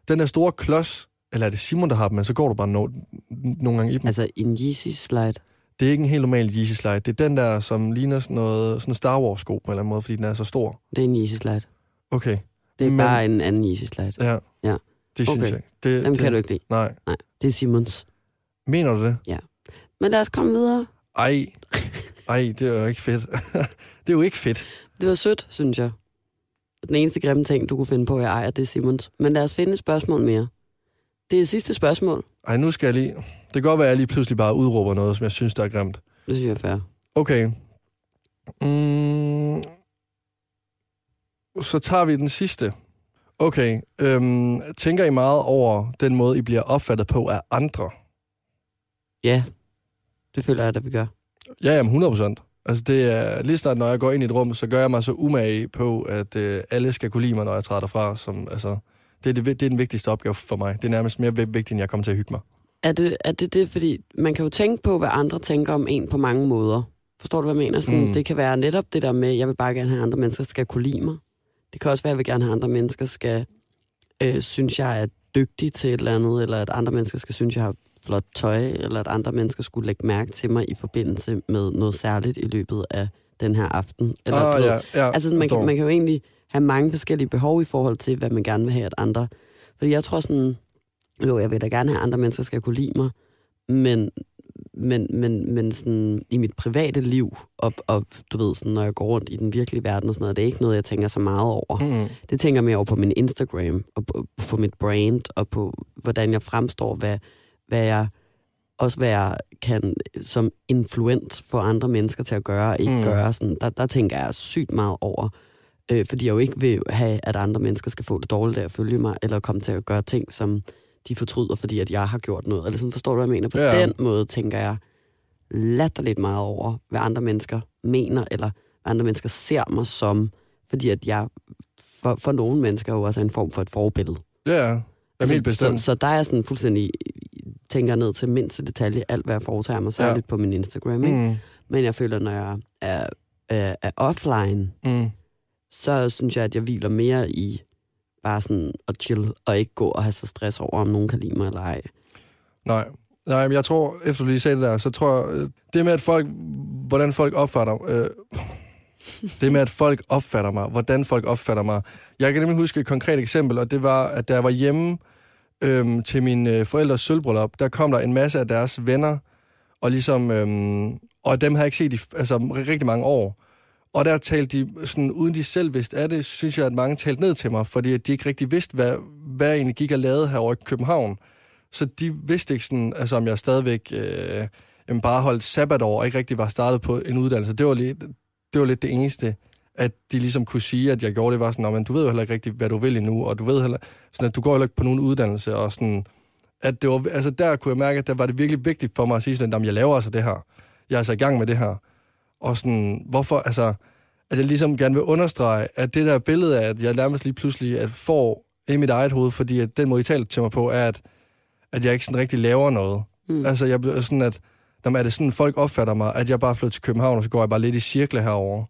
[SPEAKER 2] Den der store klods, eller er det Simon, der har dem, men så går du bare no, nogle gange i dem.
[SPEAKER 1] Altså en Yeezy-slide?
[SPEAKER 2] Det er ikke en helt normal Yeezy Slide. Det er den der, som ligner sådan noget sådan en Star Wars sko på en eller anden måde, fordi den er så stor.
[SPEAKER 1] Det er en Yeezy-slide.
[SPEAKER 2] Okay,
[SPEAKER 1] Det er
[SPEAKER 2] Men-
[SPEAKER 1] Men... bare en anden Yeezy-slide.
[SPEAKER 2] ja.
[SPEAKER 1] Ja.
[SPEAKER 2] Det synes
[SPEAKER 1] Okay.
[SPEAKER 2] jeg. ikke. Det,
[SPEAKER 1] Dem
[SPEAKER 2] det,
[SPEAKER 1] kan du ikke lide.
[SPEAKER 2] Nej.
[SPEAKER 1] Nej, det er Simons.
[SPEAKER 2] Mener du det?
[SPEAKER 1] Men lad os komme videre.
[SPEAKER 2] Ej. Ej, det er jo ikke fedt. det er jo ikke fedt.
[SPEAKER 1] Det var sødt, synes jeg. Den eneste grimme ting, du kunne finde på, at jeg ejer, det er Simons. Men lad os finde et spørgsmål mere. Det er sidste spørgsmål.
[SPEAKER 2] Ej, nu skal jeg lige... Det kan godt være, at jeg lige pludselig bare udråber noget, som jeg synes, der er grimt.
[SPEAKER 1] Det synes jeg er fair.
[SPEAKER 2] Okay. Mm. Så tager vi den sidste. Okay. Øhm, tænker I meget over den måde, I bliver opfattet på af andre?
[SPEAKER 1] Ja, det føler jeg, at vi gør.
[SPEAKER 2] Ja, jamen 100 procent. Altså det er, lige snart når jeg går ind i et rum, så gør jeg mig så umage på, at øh, alle skal kunne lide mig, når jeg træder fra. Som, altså, det, er det, vi- det er den vigtigste opgave for mig. Det er nærmest mere vi- vigtigt, end jeg kommer til at hygge mig.
[SPEAKER 1] Er det, er det det, fordi man kan jo tænke på, hvad andre tænker om en på mange måder. Forstår du, hvad jeg mener? Sådan,
[SPEAKER 2] Mm.
[SPEAKER 1] mm. Det kan være netop det der med, jeg vil bare gerne have, at andre mennesker skal kunne lide mig. Det kan også være, at jeg vil gerne have, at andre mennesker skal øh, synes, jeg er dygtig til et eller andet, eller at andre mennesker skal synes, jeg har flot tøj, eller at andre mennesker skulle lægge mærke til mig i forbindelse med noget særligt i løbet af den her aften. Eller, du ved,
[SPEAKER 2] Ah, ja,
[SPEAKER 1] Altså, man
[SPEAKER 2] forstår.
[SPEAKER 1] kan, man kan jo egentlig have mange forskellige behov i forhold til, hvad man gerne vil have, at andre... Fordi jeg tror sådan, jo, jeg vil da gerne have, at andre mennesker skal kunne lide mig, men, men, men, men sådan, i mit private liv, og, og du ved, sådan, når jeg går rundt i den virkelige verden og sådan noget, det er ikke noget, jeg tænker så meget over.
[SPEAKER 2] Mm.
[SPEAKER 1] Det tænker jeg mere over på min Instagram, og på, på mit brand, og på, hvordan jeg fremstår, hvad, hvad jeg også hvad jeg kan som influent få andre mennesker til at gøre og ikke
[SPEAKER 2] Mm.
[SPEAKER 1] mm. gøre. Sådan, der, der tænker jeg sygt meget over, øh, fordi jeg jo ikke vil have, at andre mennesker skal få det dårligt af at følge mig, eller komme til at gøre ting, som de fortryder, fordi at jeg har gjort noget. Eller sådan, forstår du, hvad jeg mener? På
[SPEAKER 2] Ja.
[SPEAKER 1] ja. den måde tænker jeg latterligt meget over, hvad andre mennesker mener, eller hvad andre mennesker ser mig som, fordi at jeg for, for nogle mennesker jo også er en form for et forbillede.
[SPEAKER 2] Ja, ja.
[SPEAKER 1] Altså,
[SPEAKER 2] Jamen, helt bestemt.
[SPEAKER 1] Så, så der er sådan fuldstændig tænker ned til mindste detalje alt, hvad jeg foretager mig, særligt ja. på min Instagram. Ikke? Mm.
[SPEAKER 2] Mm.
[SPEAKER 1] Men jeg føler, når jeg er, øh, er, er offline,
[SPEAKER 2] Mm.
[SPEAKER 1] så synes jeg, at jeg hviler mere i bare sådan at chill, og ikke gå og have så stress over, om nogen kan lide mig eller ej.
[SPEAKER 2] Nej. Nej, men jeg tror, efter du lige sagde det der, så tror jeg, øh, det med, at folk, hvordan folk opfatter, øh, det med, at folk opfatter mig, hvordan folk opfatter mig. Jeg kan nemlig huske et konkret eksempel, og det var, at da jeg var hjemme øh, til mine øh, forældres sølvbrøllup, der kom der en masse af deres venner, og ligesom, øh, og dem havde jeg ikke set i altså, rigtig mange år. Og der talte de, sådan, uden de selv vidste af det, synes jeg, at mange talte ned til mig, fordi at de ikke rigtig vidste, hvad, hvad jeg egentlig gik og lavede herovre i København. Så de vidste ikke sådan, altså om jeg stadigvæk øh, jamen bare holdt sabbatår og ikke rigtig var startet på en uddannelse. Det var lidt det, var lidt det eneste, at de ligesom kunne sige, at jeg gjorde det, var sådan, "Nå, men du ved jo heller ikke rigtigt, hvad du vil endnu, og du ved heller, sådan at du går heller ikke på nogen uddannelse, og sådan, at det var, altså der kunne jeg mærke, at der var det virkelig vigtigt for mig at sige sådan, at "Jamen, jeg laver altså det her. Jeg er altså i gang med det her. Og sådan, hvorfor, altså, at jeg ligesom gerne vil understrege, at det der billede af, at jeg nærmest lige pludselig at får i mit eget hoved, fordi at den måde, I taler til mig på, er, at at jeg ikke sådan rigtig laver noget. Mm.
[SPEAKER 1] Mm.
[SPEAKER 2] Altså, jeg bliver sådan, at jamen, er det sådan, folk opfatter mig, at jeg bare flytter til København, og så går jeg bare lidt i cirkler herover.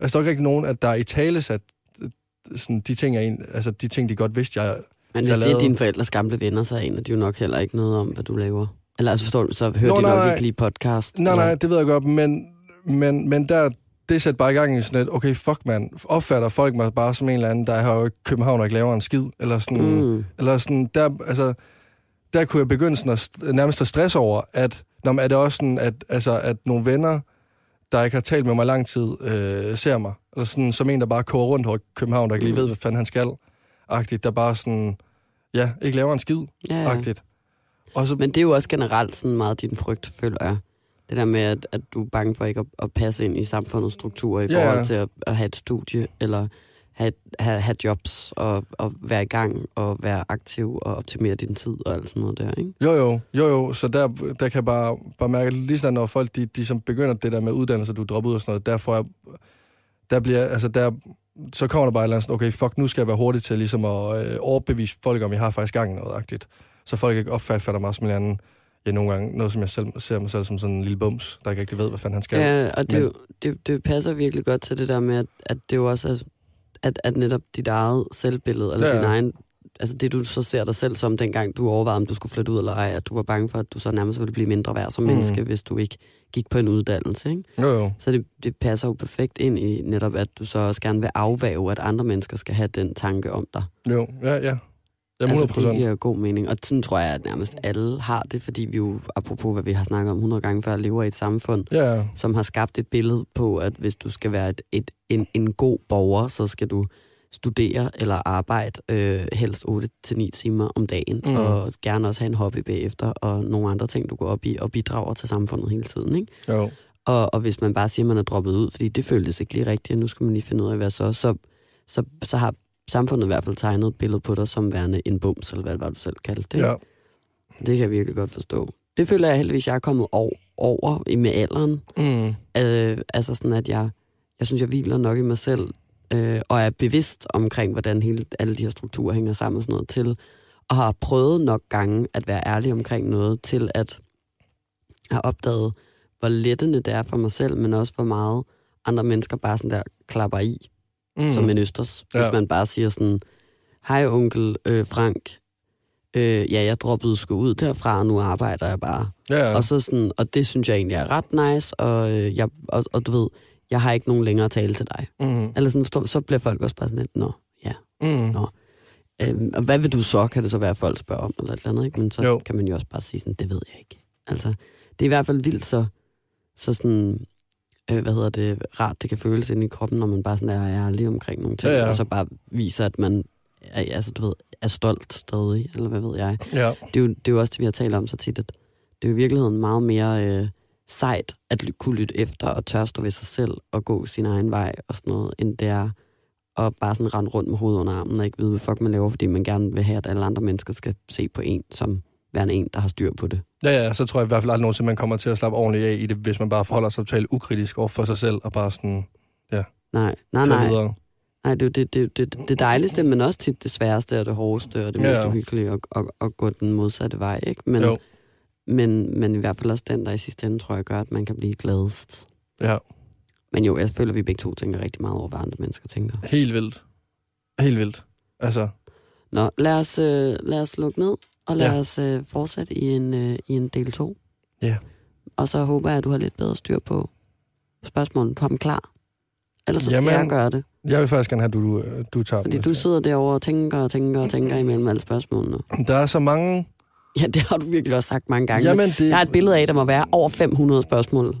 [SPEAKER 2] Altså, der er jo ikke rigtig nogen, at der er i tale sat øh, sådan, de ting, jeg, en- altså, de ting, de godt vidste, jeg...
[SPEAKER 1] Men
[SPEAKER 2] Jeg
[SPEAKER 1] hvis det er
[SPEAKER 2] lavede-
[SPEAKER 1] dine forældres gamle venner, så aner de jo nok heller ikke noget om, hvad du laver. Eller altså forstår du, så hører
[SPEAKER 2] Nå,
[SPEAKER 1] de
[SPEAKER 2] nej,
[SPEAKER 1] nok
[SPEAKER 2] nej.
[SPEAKER 1] ikke lige podcast.
[SPEAKER 2] Nej,
[SPEAKER 1] eller-
[SPEAKER 2] nej, det ved jeg godt, men, men, men der, det satte bare i gang i sådan et, okay, fuck man, opfatter folk mig bare som en eller anden, der er her i København og ikke laver en skid, eller sådan... Mm.
[SPEAKER 1] Mm.
[SPEAKER 2] Eller sådan, der, altså, der kunne jeg begynde sådan at, st- nærmest at stress over, at når er det også sådan, at, altså, at nogle venner, der ikke har talt med mig i lang tid, øh, ser mig. Eller sådan, som en, der bare kører rundt over i København, der ikke lige ved, hvad fanden han skal. Agtigt, der bare sådan, ja, ikke laver en skid.
[SPEAKER 1] Ja, ja.
[SPEAKER 2] Agtigt. Og så,
[SPEAKER 1] Men det er jo også generelt sådan meget din frygt, føler jeg. Det der med, at, at du er bange for ikke at, at passe ind i samfundets strukturer i
[SPEAKER 2] Ja, ja.
[SPEAKER 1] forhold til at, at have et studie, eller have, have, have jobs, og, og være i gang, og være aktiv, og optimere din tid, og alt sådan noget der, ikke?
[SPEAKER 2] Jo, jo, jo, jo. Så der, der kan jeg bare, bare mærke, at lige snart når folk de, de som begynder det der med uddannelse, du dropper ud og sådan noget, der får jeg, der bliver, altså der, så kommer der bare et eller andet sådan, okay, fuck, nu skal jeg være hurtig til ligesom at øh, overbevise folk, om jeg har faktisk gang i noget agtigt. Så folk ikke opfatter mig som en eller anden, ja, nogle gange noget, som jeg selv ser mig selv som sådan en lille bums, der ikke rigtig ved, hvad fanden han skal. Ja.
[SPEAKER 1] Ja, og det,
[SPEAKER 2] men-
[SPEAKER 1] men... det, det passer virkelig godt til det der med, at, at det jo også er, at, at netop dit eget selvbillede, eller
[SPEAKER 2] Ja,
[SPEAKER 1] ja.
[SPEAKER 2] ja.
[SPEAKER 1] din egen, altså det du så ser dig selv som, dengang du overvejede, om du skulle flytte ud eller ej, at du var bange for, at du så nærmest ville blive mindre værd som
[SPEAKER 2] Mm.
[SPEAKER 1] mm. menneske, hvis du ikke gik på en uddannelse, ikke?
[SPEAKER 2] Jo, jo.
[SPEAKER 1] Så det, det passer jo perfekt ind i netop, at du så også gerne vil afvæve, at andre mennesker skal have den tanke om dig.
[SPEAKER 2] Jo, ja, ja. Jamen, 100
[SPEAKER 1] Altså, det
[SPEAKER 2] procent.
[SPEAKER 1] giver jo god mening, og sådan tror jeg, at nærmest alle har det, fordi vi jo, apropos hvad vi har snakket om 100 gange før, lever i et samfund,
[SPEAKER 2] Ja, ja.
[SPEAKER 1] som har skabt et billede på, at hvis du skal være et, et, en, en god borger, så skal du studere eller arbejde øh, helst 8-9 timer om dagen,
[SPEAKER 2] Mm.
[SPEAKER 1] mm. og gerne også have en hobby bagefter, og nogle andre ting, du går op i, og bidrager til samfundet hele tiden. Ikke?
[SPEAKER 2] Jo.
[SPEAKER 1] Og, og hvis man bare siger, at man er droppet ud, fordi det føltes ikke lige rigtigt, og nu skal man lige finde ud af, hvad så, så, så, så har samfundet i hvert fald tegnet et billede på dig som værende en bums, eller hvad det var, du selv kaldte det.
[SPEAKER 2] Ja.
[SPEAKER 1] Det kan jeg virkelig godt forstå. Det føler jeg heldigvis, jeg er kommet over, over i- med alderen.
[SPEAKER 2] Mm.
[SPEAKER 1] Øh, altså sådan, at jeg, jeg synes, jeg hviler nok i mig selv, øh, og er bevidst omkring, hvordan hele, alle de her strukturer hænger sammen og sådan noget til, og har prøvet nok gange at være ærlig omkring noget, til at have opdaget, hvor lettende det er for mig selv, men også hvor meget andre mennesker bare sådan der klapper i
[SPEAKER 2] Mm.
[SPEAKER 1] mm. som en østers. Hvis
[SPEAKER 2] Ja.
[SPEAKER 1] man bare siger sådan, hej onkel øh, Frank, øh, ja, jeg droppede sgu ud derfra, og nu arbejder jeg bare.
[SPEAKER 2] ja.
[SPEAKER 1] Ja. Og, så sådan, og det synes jeg egentlig er ret nice, og, øh, jeg, og, og du ved, jeg har ikke nogen længere tale til dig.
[SPEAKER 2] mm.
[SPEAKER 1] Eller sådan, forstår, du? så bliver folk også bare sådan lidt, nå, ja.
[SPEAKER 2] Mm.
[SPEAKER 1] Øhm, og hvad vil du så, kan det så være, at folk spørger om, eller et eller andet, ikke? Men så
[SPEAKER 2] Jo.
[SPEAKER 1] jo. kan man jo også bare sige sådan, det ved jeg ikke. Altså, det er i hvert fald vildt så, så sådan, øh, hvad hedder det, rart det kan føles inde i kroppen, når man bare sådan er ærlig omkring nogle ting,
[SPEAKER 2] Ja, ja.
[SPEAKER 1] og så bare viser, at man er, altså, du ved, er stolt stadig, eller hvad ved jeg.
[SPEAKER 2] Ja.
[SPEAKER 1] Det er, jo, det er jo også det, vi har talt om så tit, at det er jo i virkeligheden meget mere øh, sejt at ly- kunne lytte efter og tør stå ved sig selv og gå sin egen vej og sådan noget, end det er at bare sådan rende rundt med hovedet under armen og ikke vide, hvad fuck man laver, fordi man gerne vil have, at alle andre mennesker skal se på en som værende en, der har styr på det.
[SPEAKER 2] Ja, ja, så tror jeg i hvert fald aldrig nogensinde, man kommer til at slappe ordentligt af i det, hvis man bare forholder sig totalt ukritisk over for sig selv, og bare sådan,
[SPEAKER 1] Nej, nej,
[SPEAKER 2] kører
[SPEAKER 1] nej.
[SPEAKER 2] videre.
[SPEAKER 1] nej det, er jo det, det, det, det dejligste, men også tit det sværeste og det hårdeste og det
[SPEAKER 2] Ja,
[SPEAKER 1] mest
[SPEAKER 2] ja.
[SPEAKER 1] uhyggelige at, at, at gå den modsatte vej, ikke? Men,
[SPEAKER 2] Jo,
[SPEAKER 1] men, men i hvert fald også den, der i sidste ende, tror jeg, gør, at man kan blive gladest.
[SPEAKER 2] ja,
[SPEAKER 1] Men jo, jeg føler, at vi begge to tænker rigtig meget over, hvad andre mennesker tænker.
[SPEAKER 2] helt vildt. Helt vildt. Altså,
[SPEAKER 1] Nå, lad os, øh, lad os lukke ned, og lad
[SPEAKER 2] Ja.
[SPEAKER 1] ja. os øh, fortsætte i en, øh, i en del 2.
[SPEAKER 2] Ja.
[SPEAKER 1] Og så håber jeg, at du har lidt bedre styr på spørgsmålene. Du har dem klar. Ellers så skal
[SPEAKER 2] Jamen,
[SPEAKER 1] jeg gøre det.
[SPEAKER 2] jeg vil faktisk gerne have, at du, du, øh, du tager den
[SPEAKER 1] Fordi
[SPEAKER 2] næste
[SPEAKER 1] du
[SPEAKER 2] gang.
[SPEAKER 1] sidder derovre og tænker og tænker og tænker imellem alle spørgsmålene.
[SPEAKER 2] Der er så mange...
[SPEAKER 1] Ja, det har du virkelig også sagt mange gange. Jamen,
[SPEAKER 2] Jamen, det...
[SPEAKER 1] jeg har et billede af, at der må være over 500 spørgsmål.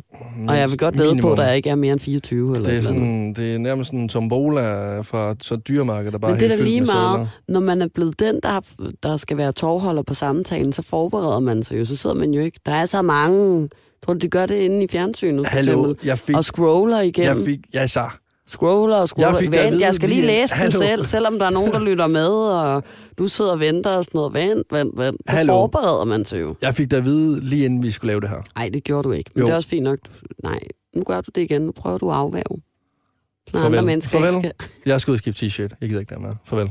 [SPEAKER 1] Og jeg vil godt ved på, at der ikke er mere end 24 eller
[SPEAKER 2] Det
[SPEAKER 1] et
[SPEAKER 2] er,
[SPEAKER 1] eller andet.
[SPEAKER 2] sådan, det er nærmest sådan en tombola fra så et dyremarked, der bare
[SPEAKER 1] Men det er
[SPEAKER 2] helt
[SPEAKER 1] da
[SPEAKER 2] fyldt
[SPEAKER 1] lige
[SPEAKER 2] med
[SPEAKER 1] meget.
[SPEAKER 2] sedler.
[SPEAKER 1] når man er blevet den, der, der skal være tovholder på samtalen, så forbereder man sig jo. Så sidder man jo ikke. Der er så mange. Tror du, de gør det inde i fjernsynet? for
[SPEAKER 2] Hallo,
[SPEAKER 1] eksempel?
[SPEAKER 2] jeg fik...
[SPEAKER 1] Og scroller
[SPEAKER 2] Jeg
[SPEAKER 1] igennem. Fik,
[SPEAKER 2] fik... Ja, så.
[SPEAKER 1] scroller og scroller.
[SPEAKER 2] Jeg
[SPEAKER 1] Jeg,
[SPEAKER 2] fik
[SPEAKER 1] fik
[SPEAKER 2] det at
[SPEAKER 1] Vent,
[SPEAKER 2] vide
[SPEAKER 1] jeg skal lige
[SPEAKER 2] lige-
[SPEAKER 1] læse den
[SPEAKER 2] Hallo.
[SPEAKER 1] selv, selvom der er nogen, der lytter med, og du sidder og venter og sådan noget. Vent, vent, vent. Så
[SPEAKER 2] Hallo.
[SPEAKER 1] forbereder man sig jo.
[SPEAKER 2] Jeg fik det at vide, lige inden vi skulle lave det her.
[SPEAKER 1] Nej, det gjorde du ikke. Men
[SPEAKER 2] Jo.
[SPEAKER 1] jo. det er også fint nok. Du, nej, nu gør du det igen. Nu prøver du at afvæve. Når
[SPEAKER 2] Farvel.
[SPEAKER 1] andre mennesker
[SPEAKER 2] Farvel.
[SPEAKER 1] ikke skal.
[SPEAKER 2] Jeg skal ud og skifte t-shirt. Jeg gider ikke det mere. Farvel.